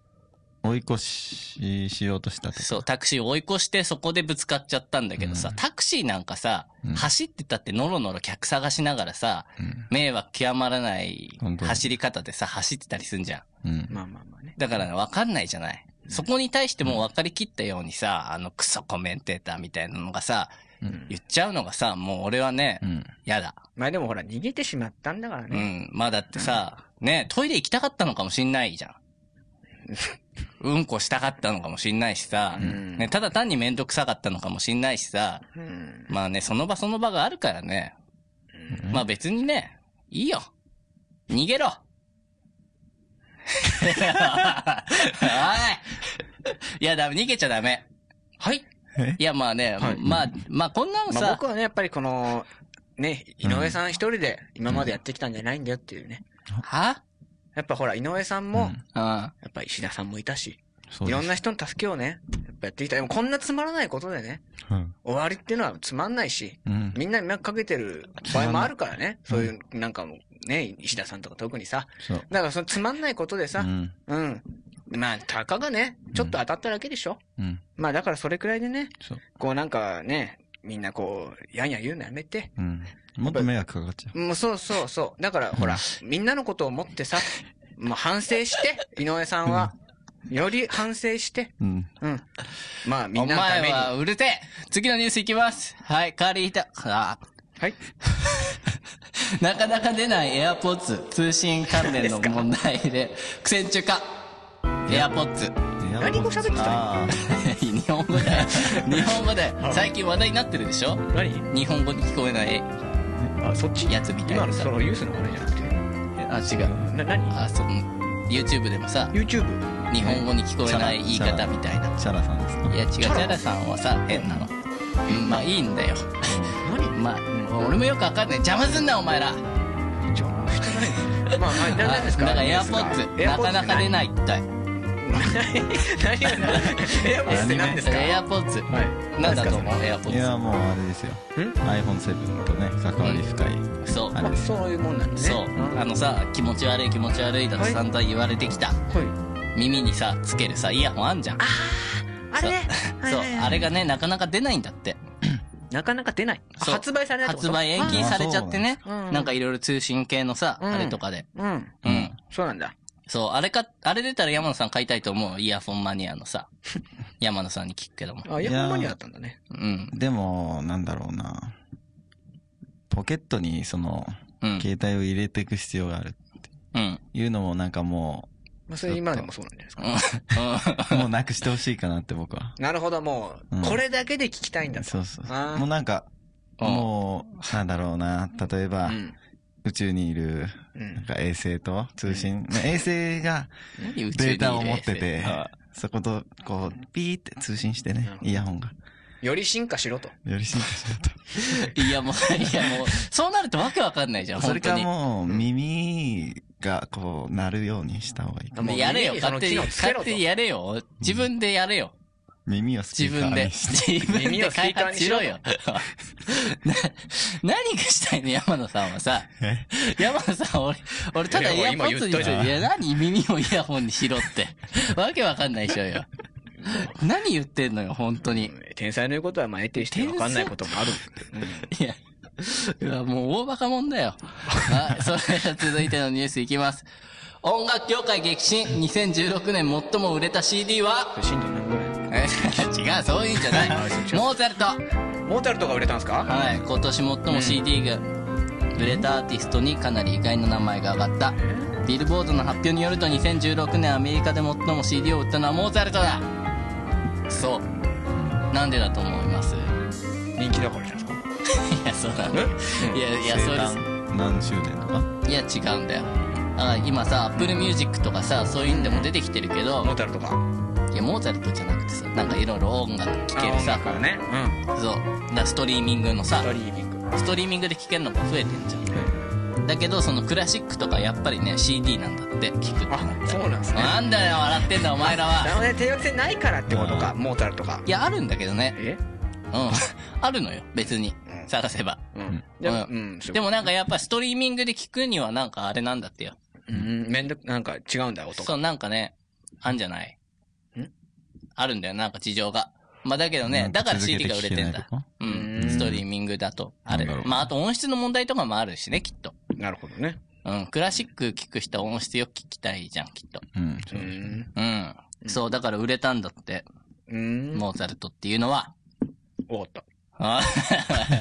A: 追い越ししようとしたとか。
B: そう、タクシーを追い越してそこでぶつかっちゃったんだけどさ、
A: うん
B: タクシーなんかさ、
A: うん
B: 走ってたってのろのろ客探しながらさ、
A: うん。
B: 迷惑極まらない
A: 本当に
B: 走り方でさ、走ってたりすんじゃん。
A: うん。
C: まあまあまあね。
B: だからね分かんないじゃない。そこに対してもう分かりきったようにさ、あのクソコメンテーターみたいなのがさ、
A: うん
B: 言っちゃうのがさ、もう俺はね
A: う、ん。
B: やだ。
C: まあでもほら、逃げてしまったんだから
B: う
C: ね。
B: ん。まあだってさ、ね、トイレ行きたかったのかもしんないじゃん。うんこしたかったのかもしんないしさ、
C: うん
B: ね、ただ単にめんどくさかったのかもしんないしさ、
C: うん。
B: まあね、その場その場があるからね。
A: うん
B: まあ別にね、いいよ。逃げろ。おいいや、ダメ、逃げちゃダメ。
C: はい。
B: いや、まあね、
C: はい
B: まあ、まあこんなの
C: まあ
B: さ
C: 僕、はね、やっぱりこの、ね、井上さん一人で今までやってきたんじゃないんだよっていうね。
B: は
C: やっぱほら、井上さんも、
A: うん
B: うん。
C: やっぱ石田さんもいたし、
A: そう
C: い
A: です
C: ろんな人の助けをね、やっぱやってきた。でもこんなつまらないことでね、
A: うん。
C: 終わりっていうのはつまんないし、
A: うん。
C: みんなに迷惑かけてる場合もあるからね。そういう、なんかもうね、石田さんとか特にさ。
A: そう。
C: だからそのつまんないことで
A: う
C: さ、
A: ん。
C: うん。まあ、たかがね、ちょっと当たっただけでしょ。
A: うん。
C: まあだからそれくらいでね、
A: そう。
C: こうなんかね、みんなこう、やんや言うのやめて。
A: うん。もっと迷惑かかっちゃう。
C: もうそうそうそう。だからほら、みんなのことを 思ってさ、もう反省して、井上さんは、より反省して、
A: うん。
C: うん。まあみ
B: お
C: んなのため
B: 前
C: に。
B: は
C: は
B: うるせえ次のニュースいきますはい、代わりいた、あ
C: い。
B: なかなか出ない AirPods 通信関連の問題で苦戦中か AirPods
C: 何語喋ってた
A: あ
B: 日本語だよ日本語だよ最近話題になってるでしょ
C: 何
B: 日本語に聞こえない
C: あ、そっち
B: やつみたい
C: 今
B: な
C: の
B: さ
C: そのユースの話じゃなくて。
B: あ違う
C: な、何
B: あその YouTube でもさ
C: ?YouTube?
B: 日本語に聞こえない言い方みたいな
A: ーチャラさんですか
B: いや違うチャラさんはさ変なのうんまあいいんだよ
C: 何
B: まあ俺もよくわかんない邪魔すんなお前ら
C: じゃあ、してない。まあ、 はい、ななんですか
B: だから AirPods なかなか出
C: い。
B: ないって
C: 何が、AirPods って何ですか
B: AirPods
C: はい
B: なんだと思う
A: い
B: AirPods
A: や、もうあれですよ。iPhone7 とね、関わり深い。
B: そう
A: あれ
C: ま
A: で
C: あ、
A: す。
C: そういうもんなんです
B: そ
C: ね。
B: う、
C: ん
B: あのさ気持ち悪い気持ち悪いだと
C: はい
B: 散々言われてきた、
C: はい。
B: 耳にさつけるさイヤホンあんじゃん
C: あれね。はい
B: そう
C: はいはい
B: あれがねなかなか出ないんだって
C: なかなか出ない。あ
B: そう
C: 発売されないっ
B: 発
C: てこと
B: 売延期されちゃってね
C: あそうなんだ
B: なんかいろいろ通信系のさ、
C: うん
B: あれとかで
C: うん。
B: うん、
C: そうなんだ。
B: そうあれかあれ出たら山野さん買いたいと思うイヤフォンマニアのさ 山野さんに聞くけども
C: あ、いや、ほんまにあったんだね。
B: うん
A: でも、なんだろうな。ポケットに、その、
B: うん
A: 携帯を入れていく必要がある。
B: うん うん
A: いうのもなんかも
C: まあ、それ今でもそうなんじゃないです か。
A: う、もうなくしてほしいかなって僕は。
C: なるほど、も
A: うん
C: う、これだけで聞きたいんだと。
A: そうそう
C: あ。ー
A: もうなんか、
B: うん
A: もう、なんだろうな。例え
C: う
A: ば、
C: ん。
A: 宇宙にいる、
C: う
A: なん
C: ん。
A: か衛星と通信、まあ衛 星が
B: 何宇宙にいる
A: データを持ってて
B: 衛星あ、
A: そこと、こう、ピーって通信してね、イヤホンが。
C: より進化しろと。
A: より進化しちゃっ
B: いやもういやもうそうなるとわけわかんないじゃん
A: た。それ
B: 本当
A: か
B: に
A: もう、耳がこう、鳴るようにした方がいいか。
C: もう
B: やれよ、
C: 耳にそ
B: 勝
C: の
B: 手
C: 機
B: に、
C: 能つけろ
B: 勝
C: と
B: 手にやれよ。自分でやれよ。
A: 耳をスピ
B: 自
A: ーカ
B: 分
A: ー
B: で。
A: にして。
B: 自分
C: 耳
B: で
C: をスピ
B: 開
C: ーカー
B: 発
C: に
B: し
C: し
B: ろ
C: ろ
B: よ。 な、何がしたいの山野さんはさ。山野さん、俺、俺ただ
C: い
B: イ
C: や
B: ヤ
C: 今
B: ホンに
C: 言ったじゃん
B: いや、何耳をイヤホンにしろ って。わけわかんないでしょよ。何言ってんのよ、本当に。
C: 天才の言うことは、まあ、得てしてわかんないこともある。
B: いや、いやもう大バカもんだよ。 はい、それでは続いてのニュースいきます。音楽業界激震、2016年最も売れた CD は、
C: うん。震度何ぐらい
B: え違う、そういうんじゃない。モーツァルト。
C: モータルトが売れたんですか
B: はい、今年最も CD が売れたアーティストにかなり意外な名前が上がった。ビルボードの発表によると2016年アメリカで最も CD を売ったのはモーツァルトだそうなんでだと思いますい
C: 人気だからじゃないですか。
B: やそうなんだよ
C: え
B: いやいやそうです
A: す。何周年とか
B: いや違うんだよだから今さ Apple Music とかさそういうんでも出てきてるけど
C: モータルとか。
B: いやモーツァルトじゃなくてさなんかいろいろ音楽聴けるさ
C: からね。うん。
B: そうだからストリーミングのさ
C: ストリーミング。
B: ストリーミングで聴けるのが増えてんじゃんだけどそのクラシックとかやっぱりね CD なんだって聴くってな
C: あ、
B: った
C: そう
B: ら
C: なんですね。
B: なんだよ笑ってんだお前ら
C: なるほ
B: は
C: どね、定額制ないからってことか、モータルとか。
B: いやあるんだけどね
C: え
B: うん あるのよ別に
C: うん
B: 探せば
C: うん。でも、
B: う
C: うん、そう
B: でもなんかやっぱストリーミングで聴くにはなんかあれなんだってよ
C: うん、めんどく、なんか違うんだ、音
B: そ
C: が。
B: う、なんかね、あんじゃない
C: ん
B: あるんだよ、なんか事情が。まあだけど
A: な
B: ね、
A: ん
B: だから
A: 続け
B: CD が売れてんだ
A: 聞け。ないとか
B: う
C: うん
B: ん、ストリーミングだと。あれ
A: なんだろ。う
B: まああと音質の問題とかもあるしね、きっと。
C: なるほどね。
B: うん、クラシック聞く人は音質よく聞きたいじゃん、きっと。
A: うん。
C: うーん。
B: うん。そう、だから売れたんだって、
C: うーん。
B: モーツァルトっていうのは。
C: う、わかった。
B: あ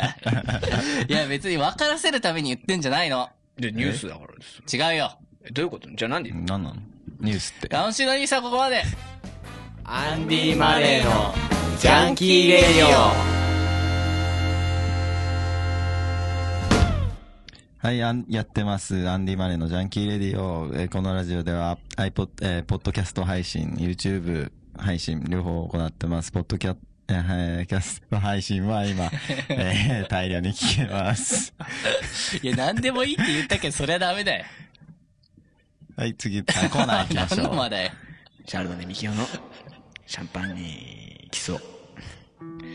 B: いや、別に分からせるために言ってんじゃないの。
C: で、ニュースだからです。
B: 違うよ。
C: えどういうことじゃあなんで
A: 何なのニュースって。
B: 今週のニュースはここまで
F: アンディ・マレーのジャンキー・レディオ
A: はい、あんやってます。アンディ・マレーのジャンキー・レディオ。えーこのラジオでは、iPod、えーポッドキャスト配信、YouTube 配信、両方行ってます。ポッドキャ、えーはいキャスト配信は 今、えー大量に聞けます。
B: いや、何でもいいって言ったけど、それはダメだよ。
A: はい、次、あコーナー行きまし
B: 何の
A: ょう。
B: まだよ。
C: シャルドネ・ミキオのシャンパンに来そう。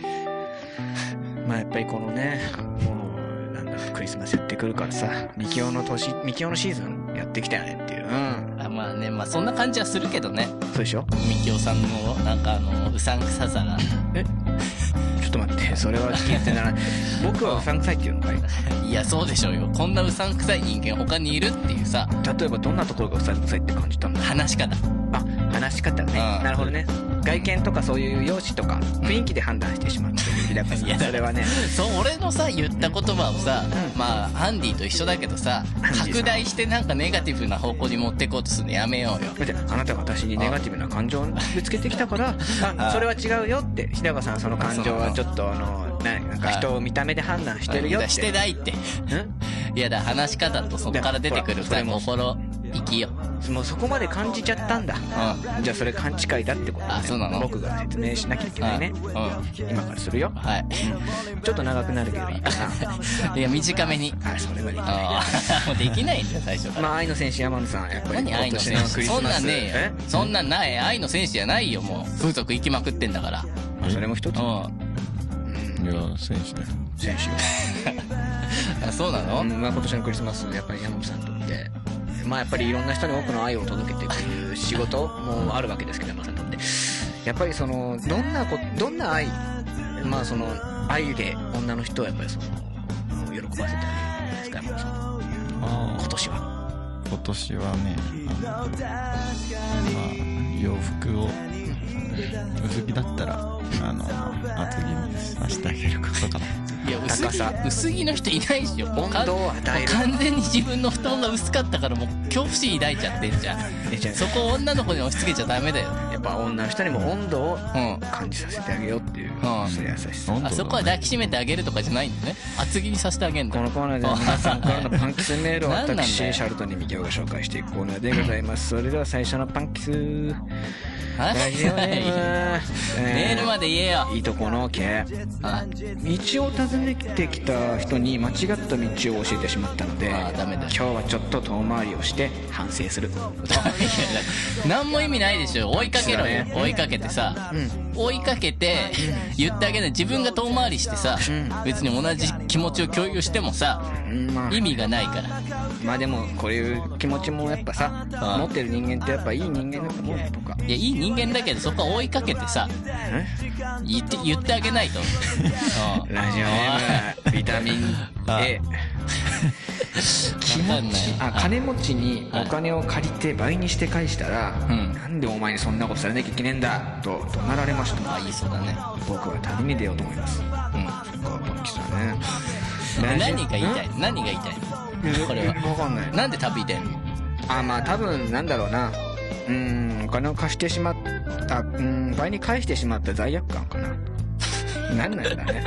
C: まあやっぱりこのね、もう、なんだかクリスマスやってくるからさ、ミキオの年、ミキオのシーズンやってきたよねっていう。うん。
B: あまあねまあそんな感じはするけどね
C: そうでしょ
B: みきおさんのなんかあのうさんくささが
C: ちょっと待って、それは聞いてな らない。僕はうさんくさいっていうのかい
B: いやそうでしょうよこんなうさんくさい人間他にいるっていうさ
C: 例えばどんなところがうさんくさいって感じたの
B: 話し方
C: あ、話し方ね。
B: うん
C: なるほどね。外見とかそういう容姿とか、雰囲気で判断してしまってる。日高さ
B: いや
C: ん、それはね。
B: そう俺のさ言った言葉をさ、
C: うん
B: まあアンディと一緒だけどさ
C: ンディさん
B: 拡大してなんかネガティブな方向に持ってこうとするのやめようよ
C: だってあなたが私にネガティブな感情をぶつけてきたから あそれは違うよって日高さんはその感情はちょっとあのななんか人を見た目で判断してるよっ
B: あ
C: て
B: してないって いやだから話し方とそこから出てくる
C: いや
B: さ
C: ほらそ
B: 心意気よ
C: んもうそこまで感じちゃったんだ
B: う
C: じゃあそれ勘違いだってことね
B: あそうなの
C: 僕が説明しなきゃいけないね
B: うん
C: 今からするよ
B: は
C: ちょっと長くなるけどいいかな い
B: いや短めに
C: あそれはできない
B: ああ もうできないんだよ最初から
C: まあ愛の戦士山野さんやっぱり
B: 何愛の選手そんなんねえよそんなんない愛の選手じゃないよもう風俗行きまくってんだから
C: まあそれも一つ
B: う
A: いや、選手だよ。
C: 選手
B: んあそうなの、
C: うんまあ、今年のクリスマスやっぱり山本さんにとってまあやっぱりいろんな人に多くの愛を届けていく仕事もあるわけですけど山本さんにとってやっぱりそのどんなこどんな愛まあその愛で女の人をやっぱりその喜ばせてあげるんですか山本さん
A: あ
C: 今年は
A: ー今年はね、あの、まあ、洋服を、薄着だったら、あの、厚着にしてあげることかな。
B: いや薄
C: 高
B: 着
C: さ
B: 薄着の人いないでしょもうか
C: 温
B: ん
C: 度
B: も
C: を与え
B: う
C: る
B: 完全に自分の布団が薄かったからもう恐怖心抱いちゃってんじゃん
C: えじゃあ
B: そこを女の子に押し付けちゃダメだよ
C: やっぱ女の人にも温度を
B: うん
C: 感じさせてあげようっていう、
B: ん
C: そういう優しさ
A: 本当だ
B: あそこは抱きしめてあげるとかじゃないんだね厚着にさせてあげるんだ
C: このコーナーでは皆さんからのパンキスメールを
B: 何なんだよ
C: 私シャルトに右が紹介していくコーナーでございますそれでは最初のパンキス
B: は
C: ラジオネーム
B: メールま
C: で
B: で言えよ
C: いいとこの系
B: あ
C: 道を訪ねてきた人に間違った道を教えてしまったので
B: あーダメだ
C: 今日はちょっと遠回りをして反省する
B: 何も意味ないでしょ追いかけろよ
C: そうだね
B: 追いかけてさ、
C: うん
B: 追いかけて言ってあげない自分が遠回りしてさ、
C: うん
B: 別に同じ気持ちを共有してもさ
C: うんまあ
B: 意味がないから
C: まあでもこういう気持ちもやっぱさ
B: あー
C: 持ってる人間ってやっぱいい人間だと思うとか
B: いやいい人間だけどそこは追いかけてさ言って言ってあげないとうん
C: ラジオネームビタミン A
B: わかんない
C: あ金持ちにお金を借りて倍にして返したら、
B: ん
C: なんでお前にそんなことされなきゃいけねえんだと怒鳴られました
B: あ言いそうだね
C: 僕は旅に出ようと思います
B: う
C: こうキスだね
B: ん何が言いた
C: い
B: い何が言いたいのこれ
C: 分
B: は
C: かんない
B: なんで旅出んの
C: あまあ多分なんだろうなうーんお金を貸してしまったうーん倍に返してしまった罪悪感か ななんなんだね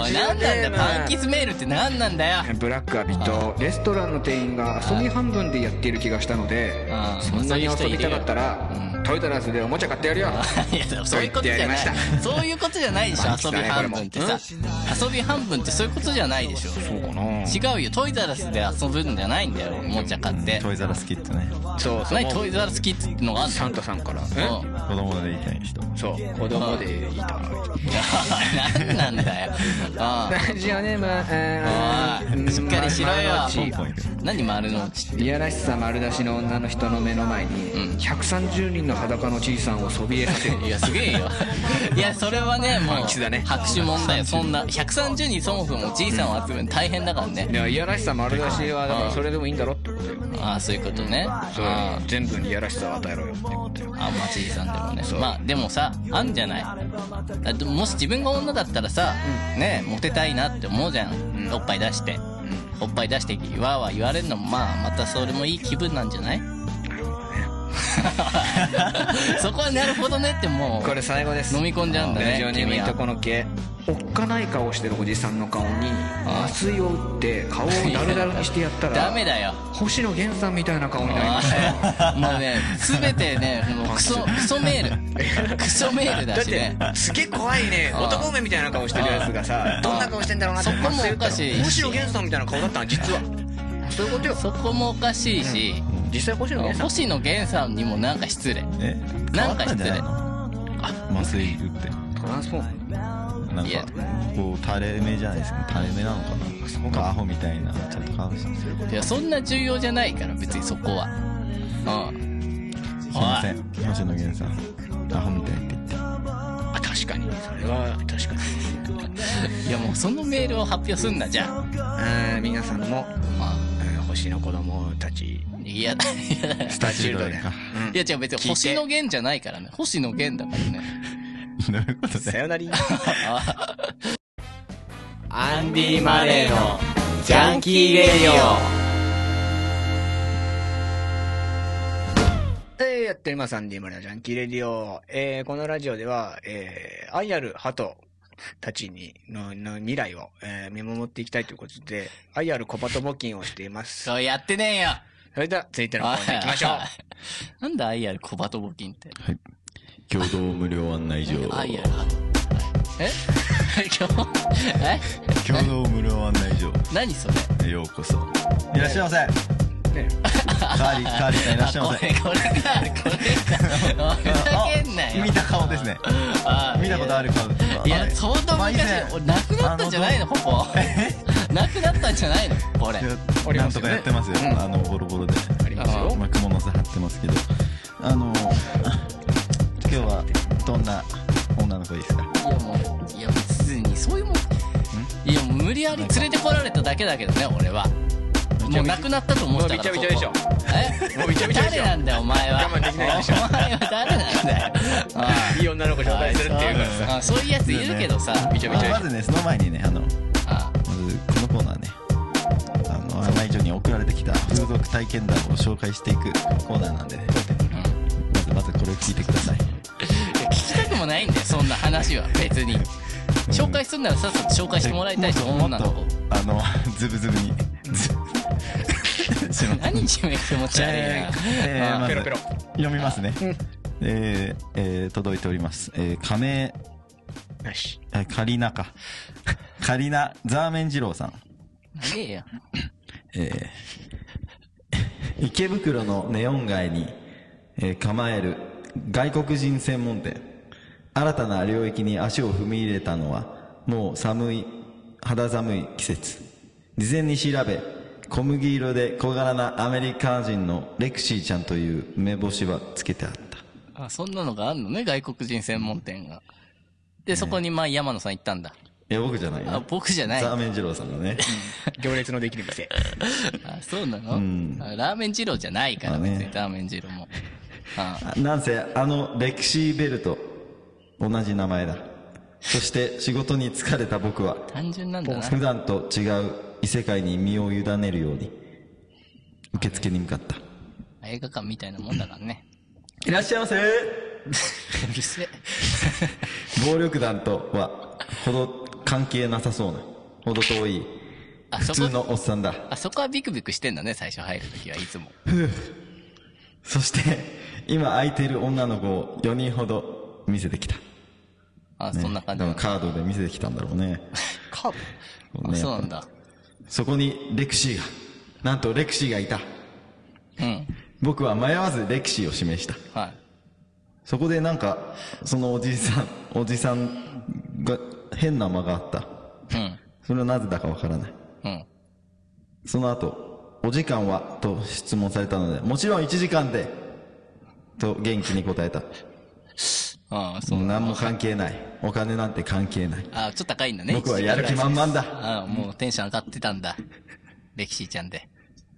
B: おいなんなんだよパンキスメールってなんなんだよ
C: ブラックアビとレストランの店員が遊び半分でやっている気がしたので
B: ああ
C: そんなに遊びたかったら
B: そういう人いるようん
C: トイトラスでおもちゃ買ってやるよ
B: いやそういうことじゃない
C: そう言ってやりま
B: そういうことじゃないでし
C: パ
B: ょ
C: ンキ
B: 遊
C: ス
B: び
C: だね
B: 半分って
C: これ
B: さ
C: も
B: 遊び半分ってそういうことじゃないでしょ
C: そうかな
B: 違うよトイザらスで遊ぶんじゃないんだよおもちゃ買って
A: トイザラスキットね。
C: そうそう
B: 何トイザらスキッズってのがあんの
C: サンタさんから
B: うん
A: 子供でいたい人。
C: そう子供でいた
B: 何なんだよ。あ
C: ラジオネームあ
B: おい
C: ー
B: しっかりしろよ
C: 丸の内
A: ポンポンいる。
B: あ。何丸の内って。
C: いやらしさ丸出しの女の人の目の前に、
B: うん
C: 130人の裸のじいさんをそびえ立 て
B: いや、すげえよ。いや、それはね、もう、
C: キスだね
B: 拍手問題よ。そんな、130人そもそもおじいさんを集めるの大変だから
C: い
B: ね。
C: やいやらしさ丸出しはだか
B: う
C: ら
B: ん
C: それでもいいんだろってことよ
B: ああ、そういうことね。
C: そう
B: あ
C: 全部にいやらしさを与えろよってことよ
B: あ、まあ、じいさんでもね
C: そ。う
B: まあ、でもさ、あんじゃない。だってもし自分が女だったらさ、ね、モテたいなって思うじゃん。
C: ん
B: おっぱい出して。おっぱい出して、わーわー言われるのも、まあ、またそれもいい気分なんじゃない そこはなるほどねってもう。
C: これ最後です
B: 飲み込んじゃうんだね
C: ラジオネームいとこの系おっかない顔してるおじさんの顔に麻酔を打って顔をダルダルにしてやったら
B: ダメだよ。
C: 星野源さんみたいな顔になりましたよ
B: もうね、すべてね、もうクソ、クソメール。クソメールだしね。
C: だってすげえ怖いね
B: ああ
C: 男梅みたいな顔してるやつがさ
B: あ
C: どんな顔してんだろうなって
B: そこも
C: 麻酔打
B: お
C: ったら
B: かしいし
C: 星野源さんみたいな顔だったの実 はそういうことよ
B: そこもおかしいし、
C: 実際星野源さん
B: 星野源さんにもなんか失礼。
A: え
B: なんか失礼
A: 変わったんじゃないの麻酔打っ
C: トランスフォーム
A: て。なん
B: いや
A: か、こう、垂れ目じゃないですか。垂れ目なのかな。そか。アホみたいな。ちょっと顔してす
B: いや、そんな重要じゃないから、別にそこは。うん。
A: いません。星野源さん。アホみたいって言って。
C: あ確かにそれは確かに
B: いや、もうそのメールを発表すんな、じゃあ。
C: うん皆さんも、
B: まあ、
C: うん星の子供たち
B: いや、い や、
C: スタチルドレン
A: か
B: いや違う別に星野源じゃないからね。星野源だからね。
A: どういうことだ
C: さ
A: よ。
C: よなら
F: アンディ・マレーのジャンキーレディオ
C: えー、やっております、アンディ・マリア・ジャンキー・レディオ。えー、このラジオでは、えー、愛ある鳩たちに、の、の未来を、えー、見守っていきたいということで、愛ある小鳩募金をしています。
B: そうやってねえよ。
C: それでは、続いてのコーナー行きましょう。
B: う。 なんだ IR 小鳩募金って。
A: 共同無料案内所
B: IR え 今日え
A: 共同無料案内所
B: 何それ
A: へようこそ。いらっしゃいませ。
C: ね
A: カーリー、カーリーさんいらっしゃい
B: あ
A: ま
B: こ
A: せ
B: れ。これだこれ だふざけんなよ
A: あ見た顔ですね。
B: あ
A: 見たことある顔です。
B: いや相当
A: まあ
B: 昔俺なくなったんじゃないのここ なくなったんじゃないのこれ
C: あり
A: な
C: ま
A: ん
C: す
A: と
C: よね
A: かやってますよ、
C: うん
A: あのボロボロで
C: ありますよ。
A: まあ、蜘蛛の巣張ってますけどあの今日はどんな女の子ですか
B: いやもういや別にそういうもんいやもう無理やり連れてこられただけだけどね俺はもうなくなったと思ってたから
C: もうびちゃびちゃでし
B: ここえ
C: もうびちゃびちゃでしょ
B: 誰なんだよお前は
C: 我慢できないでしょ
B: お前は誰なんだ よああ
C: いい女の子紹介するっていうからさ。
B: あそういうやついるけどさびち
A: まあまずねその前にねあのま
B: あ
A: ずこのコーナーねあの案内所に送られてきた風俗体験談を紹介していくコーナーなんでねまずまずこれを聞いてください
B: いや聞きたくもないんだよそんな話は別に紹介するならさっさと紹介してもらいたいと思うな
A: もっと
B: と
A: あの ズブズ ブにズすいません
B: 何自分気持ち悪い
A: え
B: な
A: ーえー
B: あ
A: まず
C: ペロペロ
A: 読みますね。えーえー届いております。えー、仮名、
C: よし。
A: あカリナか。カリナ、ザーメン二郎さん。
B: 長えよ
A: えー池袋のネオン街に、えー構える外国人専門店。新たな領域に足を踏み入れたのは、もう寒い、肌寒い季節。事前に調べ、小麦色で小柄なアメリカ人のレクシーちゃんという目星はつけてあった。
B: あそんなのがあんのね外国人専門店がでそこにまあ山野さん行ったんだ
A: いや、僕じゃないよ。
B: あ僕じゃない
A: ザーメン二郎さ んのね。
C: 行列のできる店。
B: あそうなの
A: ん
B: あラーメン二郎じゃないから
A: まあね
B: 別にラーメン二郎もあ
A: あなんせ、あの、レクシーベルと同じ名前だ。そして、仕事に疲れた僕は、
B: 単純なんだな
A: 普段と違う異世界に身を委ねるように、受付に向かった。
B: あ映画館みたいなもんだからね。
A: いらっしゃいませ
B: うるせえ。
A: 暴力団とは、ほど関係なさそうな。ほど遠い。
B: あ
A: 普
B: そ
A: 通
B: こ、
A: のおっさんだ。
B: あそこはビクビクしてんだね、最初入るときはいつも。
A: そして、今空いている女の子を4人ほど見せてきた。
B: あ、
A: ね
B: そんな感じ
A: 多
B: な
A: 分
B: んだ。
A: カードで見せてきたんだろうね。
B: カー
A: こ
B: あ、
A: ね
B: そうなんだ。
A: そこにレクシーが、なんとレクシーがいた。
B: うん。
A: 僕は迷わずレクシーを示した。
B: はい。
A: そこでなんか、そのおじいさん、お じさんが変な間があった。
B: うん。
A: それはなぜだかわからない。
B: うん。
A: その後、お時間はと質問されたので、もちろん1時間で、と元気に答えた。
B: ああ、そう。
A: 何も関係ない。お金なんて関係ない。
B: ああ、ちょっと高いんだね。
A: 僕はやる気満々だ。
B: ああ、もうテンション上がってた んだ。レキシーちゃんで。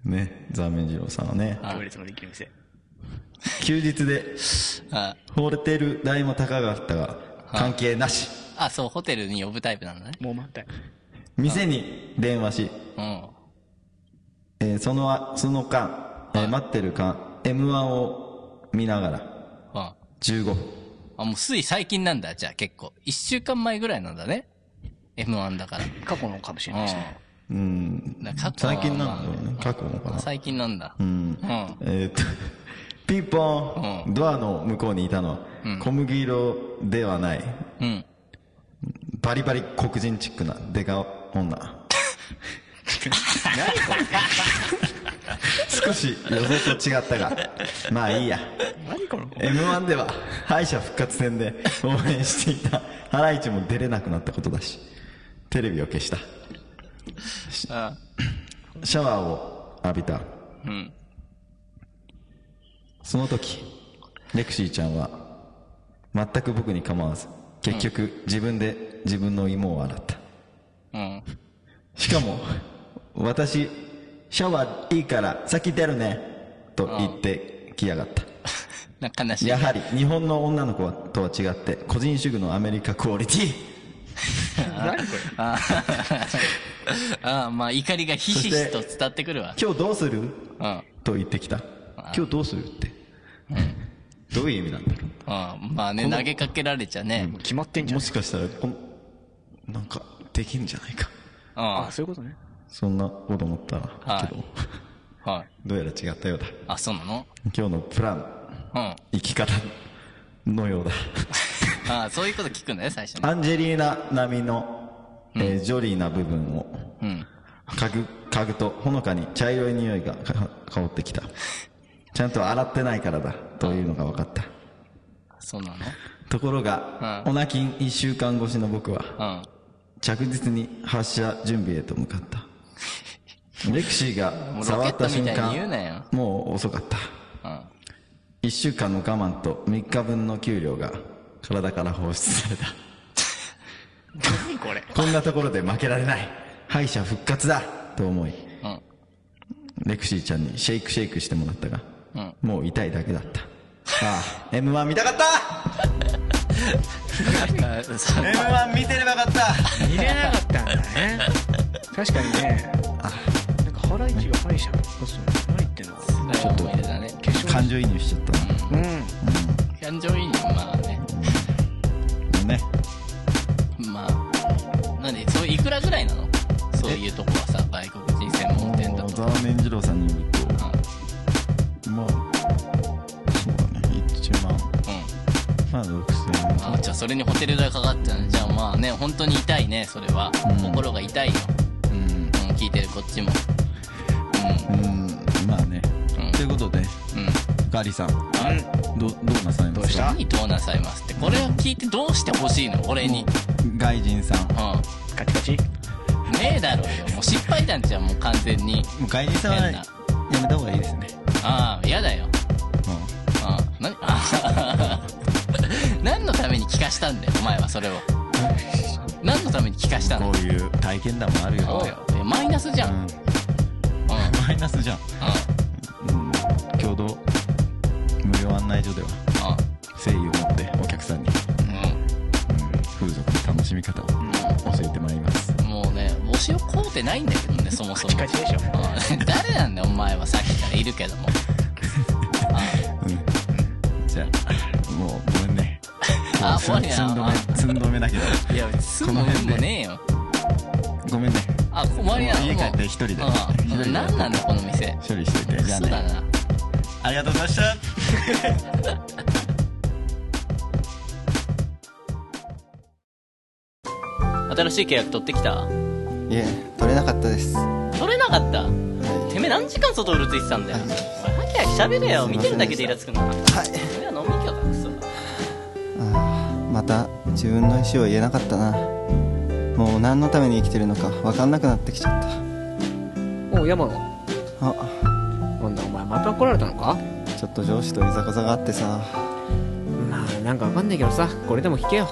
A: ね、ザーメンジローさんはね。
B: あ
F: 行列のできる店。
A: 休日で、
B: あ
A: ホテル代も高かったが、関係なし。
B: あ、そう、ホテルに呼ぶタイプなんだね。
F: もう満タン。
A: 店に電話し、
B: うん。
A: えーそのあ、その間、えー待ってる間、M1 を見ながら、
B: うん。
A: 15分。
B: あ、もうつい最近なんだ、じゃあ結構。一週間前ぐらいなんだね。M1 だから。
C: 過去のかもしれないですね。
B: う
A: うん。
B: ん。だから過去は
A: 最近なんだろうね。過去のか
B: まあ
A: な。
B: 最近なんだ。
A: うん。
B: うん。
A: えーっと、ピンポン、
B: うん
A: ドアの向こうにいたのは、小麦色ではない、
B: うん。
A: バリバリ黒人チックなデカ 女。少し予想と違ったが、まあいいや。
F: 何この
A: M1 では敗者復活戦で応援していたハライチも出れなくなったことだし、テレビを消した。
B: あ
A: シャワーを浴びた。
B: うん。
A: その時、レクシーちゃんは、全く僕に構わず、結局自分で自分の芋を洗った。
B: うん。
A: しかも、私、シャワーいいから先出るね、と言ってきやがった。
B: なんか悲しい。
A: やはり、日本の女の子とは違って、個人主義のアメリカクオリティ。
B: あ あ、まあ怒りがひしひしと伝わってくるわ。
A: 今日どうする
B: うん。うん。
A: と言ってきた。今日どうするって。どういう意味なんだろう
B: まあね、投げかけられちゃね。
C: 決まってんじゃん。
A: もしかしたら、この、なんか、できんじゃないか。
B: うん。
F: あ、
B: は
F: そういうことね。
A: そんなこと思ったら、けど、
B: い。
A: どうやら違ったようだ。
B: あ、そうなの
A: 今日のプラン、
B: うん。あ
A: 生き方のようだ。
B: あ、そういうこと聞くんだね、最初に。
A: アンジェリーナ並みの、えージョリーな部分を
B: うん。
A: 嗅ぐ嗅ぐとほのかに茶色い匂いがかか香ってきたちゃんと洗ってないからだというのが分かった
B: そうな
A: ところが、
B: うん
A: オナキン1週間越しの僕は
B: のうん。
A: 着実に発射準備へと向かったレクシーが
B: もうロ
A: 触
B: ケ
A: っ
B: ット
A: た瞬
B: みたいに言う
A: 間
B: なよ。
A: もう遅かった
B: うん。
A: 1週間の我慢と3日分の給料が体から放出された
F: 何これ。
A: こんなところで負けられない敗者復活だと思い
B: うん。
A: レクシーちゃんにシェイクシェイクしてもらったが、
B: うん
A: もう痛いだけだった。ああ、M1 見たかった !M1 見てればよかった
C: 見れなかったんだね。確かにね。なんかハライチが敗者復活じゃないってのが。
B: ちょっと入れたね。
A: 感情移入しちゃった
C: うん。
B: 感情移入、まあね。
A: な。ね。
B: まあ。なんで、そう、いくらぐらいなのそういうとこはさ、外国人専門店だ
A: もう
B: と。
A: ザーメン二郎さんによると、まあ、そうだね、1万、
B: うん。
A: まあ6000円。
B: あじゃあそれにホテル代かかっちゃうね。じゃあまあね、本当に痛いね、それは。心が痛いよ。
A: うん、
B: うん、聞いてるこっちも。
A: うん、まあね。
B: うん
A: ということで、
B: うん。うん。
A: ガリさん、ど、どうなさいますか
B: 何どうなさいますって。これを聞いてどうしてほしいの俺に。
A: 外人さん。
B: うん。
F: カチカチ。
B: ねえだろうよ。もう失敗談じゃん、もう完全に。
A: もう外人さんは
B: 変な
A: やめた方がいいですね。
B: ああ、嫌だよ。
A: う
B: ああ、な、ああ 何のために聞かしたんだよ、お前はそれを。何のために聞かした
A: ん。
B: の
A: こういう体験談もあるよ。
B: そうよ。えマイナスじゃん。うん。うん。
A: マイナスじゃん。共同無料案内所では誠意を持ってお客さんに、うん、風俗の楽しみ方を教えてまいります。
B: うん。もうね、推しをこうてないんだけどね、そもそも。
F: カチカチでしょ。
B: うん誰なんだよ、お前はさっきからいるけども。あ
A: つ
B: も
A: ん
B: うや
A: つんどめつんどめだけど
B: いやすぐもねえよ
A: ごめんね
B: あ終わりなの
A: もう家帰って一人で一人で
B: うん、何なんだこの店
A: 処理しててじゃあ
B: そうだ
A: ね
B: な
A: ありがとうございました
B: 新しい契約取ってきた
D: いえ取れなかったですは
B: 取れなかった
D: い
B: てめえ何時間外うるついてたんだよお前はきはきしゃべれよ
D: すい
B: 見
D: ま
B: て
D: せ
B: る
D: んでした
B: だけでイラつくなて
D: はい
B: めえは飲み行きゃだクソ
D: あーまた自分の意思を言えなかったなもう何のために生きてるのか分かんなくなってきちゃっ
C: おう山野
D: たあ
C: なんだお前また怒られたのか
D: ちょっと上司といざこざがあってさ
G: まあなんかわかんないけどさこれでも聞けよ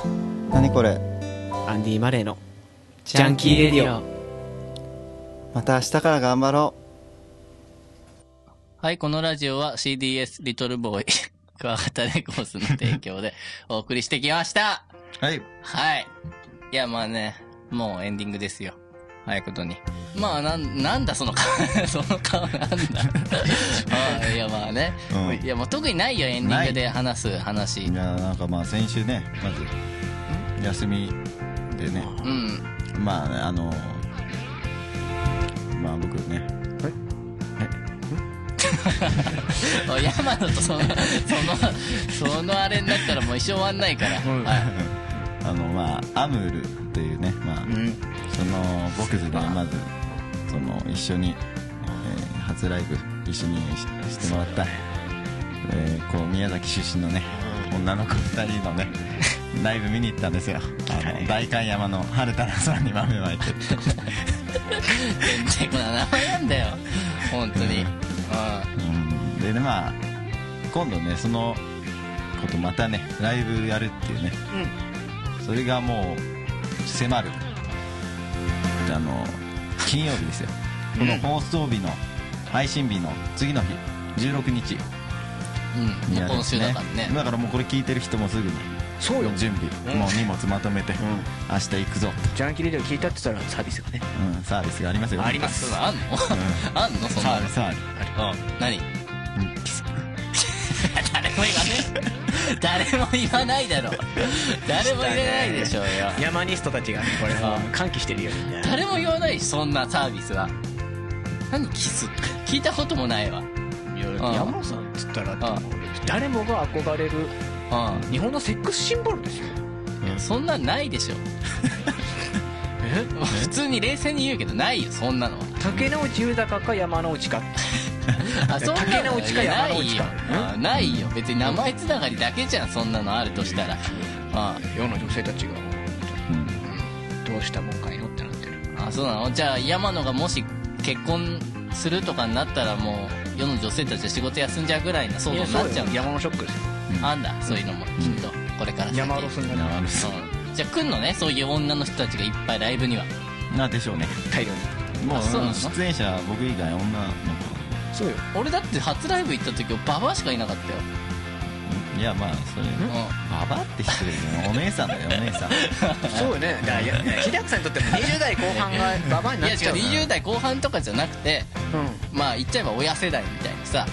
D: 何これ
G: アンディ・マレーのジャンキーレディオ
D: また明日から頑張ろ
B: はい、このラジオは CDS リトル ボーイ川形レコースの提供で お送りしてきました
A: はい
B: はい。いや、まあね、もうエンディングですよ。早いことに。まあ、なん、なんだその顔、 その顔なんだ。 ああいや、まあね。
A: うん
B: いや、もう特にないよ、エンディングで話す話
A: い。やなんかまあ先週ねまず休みでね
B: うん。
A: まあねあのまあ僕ね
B: お山野とその、その、そのあれになったらもう一生終わんないから。はい。
A: あのまあアムールというねまあ、その僕ズでまずその一緒に、えー初ライブ一緒にししてもらった、えーこう宮崎出身のね女の子2人のねライブ見に行ったんですよあの、代官山の晴れたら空に豆まいてって
B: 全然こんな名前なんだよ。本当に。うん。
A: うんでねまあ今度ねそのことまたねライブやるっていうね、それがもう迫るあの金曜日ですよこの放送日の配信日の次の日16日
B: うん。
A: に
B: も
A: や
B: う
A: るん
B: 今
A: です
B: 週だからね。
A: だからもうこれ聞いてる人もすぐに
C: そうよ
A: 準備、もう荷物まとめて、明日行くぞ
C: ジャンキーレディオ聞いたって言ったらサービスがね
A: と、うん、サービスがありますよ
C: あります
B: そんなあんのあんのそん
A: サ
B: な
A: ー
B: の
A: ビスサービス
B: うん。何
A: うんキス
B: 誰も言わねえ誰も言わないだろ誰も言わないでしょうよ
C: 山ニストたちがねこれは歓喜してるよ
B: 誰も言わないしそんなサービスは何キスって聞いたこともないわ
C: いや
B: ああ
C: 山野さんっつったら
B: あ
C: 誰もが憧れる
B: う
C: 日本のセックスシンボルですよ
B: んそんなんないでしょ普通に冷静に言うけどないよそんなのは
C: 竹之内豊か山之内か
B: あそんな
C: 竹の内か
B: いや
C: 山の内か
B: ないよあないよ別に名前つながりだけじゃんそんなのあるとしたらあ
C: 世の女性たちが
A: うん
C: どうしたもんかいのってなってる
B: あそうなのじゃあ山野がもし結婚するとかになったらもう世の女性たちは仕事休んじゃうぐらいな騒動になっちゃうんだ
C: 山のショックですよ
B: あんだそういうのもきっとこれから先
C: 山のすんが
A: なるほ
B: うんじゃあ来んのねそういう女の人たちがいっぱいライブには
A: どなでしょうね
C: 大量に
A: も
B: あそうなの
A: う出演者僕以外女の子
C: そうよ
B: 俺だって初ライブ行った時ババアしかいなかったよ
A: いやまあそれババアって失礼だよお姉さんだよお姉 さん
C: そうよねだからいや日高さんにとっても20代後半がババア
B: うんい
C: にな
B: や
C: っ
B: し
C: ち
B: か
C: ゃう
B: も
C: から
B: 20代後半とかじゃなくてまあ言っちゃえば親世代みたいなさ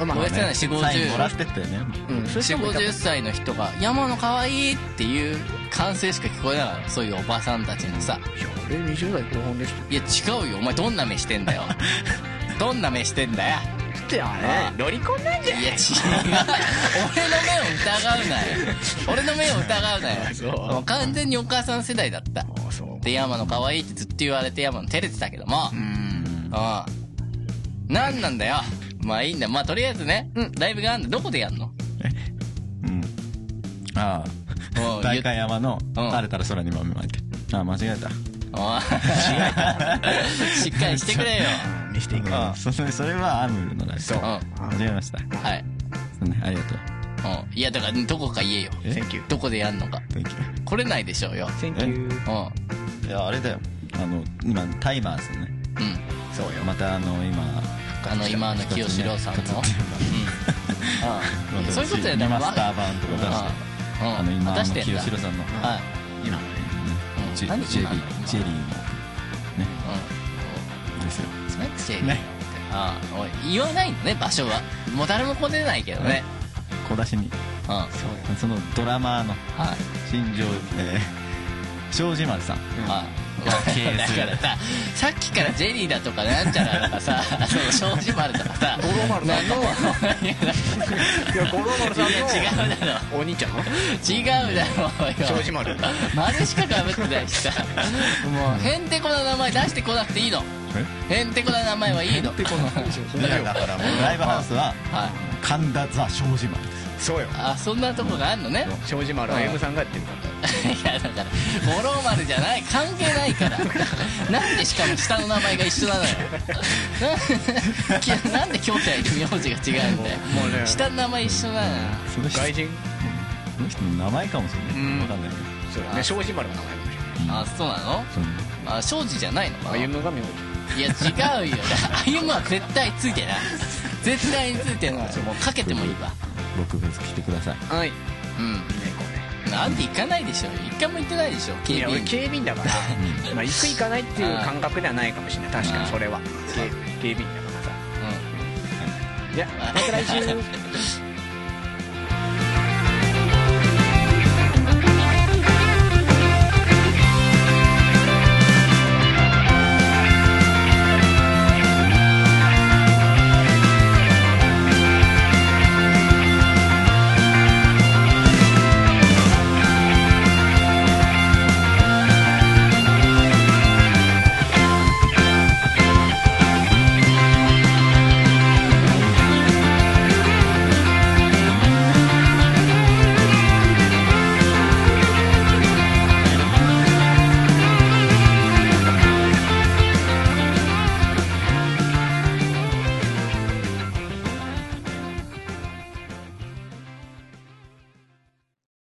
C: うんまあ
B: 親世代4 5 0
A: サインもらってったよね
C: うんそういう
B: 4
C: 人もい
B: 5
C: た
B: 0歳の人が「山の可愛いっていう歓声しか聞こえなかったそういうおばさんたちのさ
C: いや俺20代後半でし
B: いや違うよお前どんな目してん だよどんな目してんだよ
C: たってあれロリコンなん
B: いや違う俺の目を疑うなよ俺の目を疑うなよもう完全にお母さん世代だった
C: そう
B: で山の可愛いってずっと言われて山の照れてたけどもうん何なんだよまあいいんだまあとりあえずね、ライブがあんだどこでやんの
A: うんあ
B: お
A: あ
B: う
A: 代官山の
B: うん
A: 晴れたら空に豆まいてああ間違えた
B: おいしっかりしてくれよ
C: 見していく
A: ああそれそれはアムールのライ
C: そう
B: うんは
A: ブ間違えましたそ
B: い、
A: うねありがとう
B: うん、いやだからどこか言えよ
C: Thank you
B: どこでやんのか
A: Thank
B: 来れないでしょうよ
C: Thank you
B: う
A: you いやあれだよあの今タイマーズね
B: んうん
C: そうよ
A: またあの今
B: あの今の清志郎さんの、うん、そういうことや
A: リ
B: だ
A: マスター版とか出してあ
B: うん
A: の今の
B: 出してんだ
A: 清志郎さんの
B: はい、
C: 今のね
B: うん
A: ジェ
B: 何
A: ジェリ
B: 今の
A: ージェリーのですよ
B: うん何して
A: ね
B: ああおい言わないのね場所はもう誰も来れないけどね
A: 小出しに
B: あ
A: そのドラマーの
B: はい
A: 新庄、えー、庄司丸さん、
B: まあ、
A: が経営
B: だ
A: す
B: か
A: る
B: らささっきからジェリーだとかなんちゃらとかさその庄司丸とかさ
C: 五郎丸さんの
B: 何もいやだ
C: いや五郎丸 さんの
B: いや違うだろ
C: お兄ちゃんの
B: 違うだろうよ
C: 庄司丸
B: 丸しかかぶってないしさもうへんてこな名前出してこなくていいのへんてこな名前はいいのへんてこな
A: だからもうライブハウスは
B: はい
A: 神田ザ庄司丸
C: そうよ
B: あそんなとこがあんのね
C: 庄司丸
B: うん
C: 歩夢さんがやってるから
B: いやだから五郎丸じゃない関係ない からなんでしかも下の名前が一緒なのよ なきなんで兄弟と名字が違うんだよ
C: もうね
B: 下の名前一緒なのよ
A: その人
C: 外人
A: その人の名前かもしれない、
C: うん
A: わかんないけど
C: そうよ
B: あ
C: ね庄司丸の名前かもしれ
B: あそうなの
A: その
B: あ庄司じゃないのかな
C: ない歩夢が名字
B: いや違うよ歩は絶対ついてない絶対についてないもうかけてもいいわ
A: 僕フェス来てください
C: はいね
B: うん
C: こうね
B: なんで行かないでしょ一回も行ってないでしょ警
C: いや
B: 備
C: 俺
B: 員
C: 警備員だからまあ行く行かないっていう感覚ではないかもしれない確かにそれは警警備員だか
B: うん
C: らさいやまた来週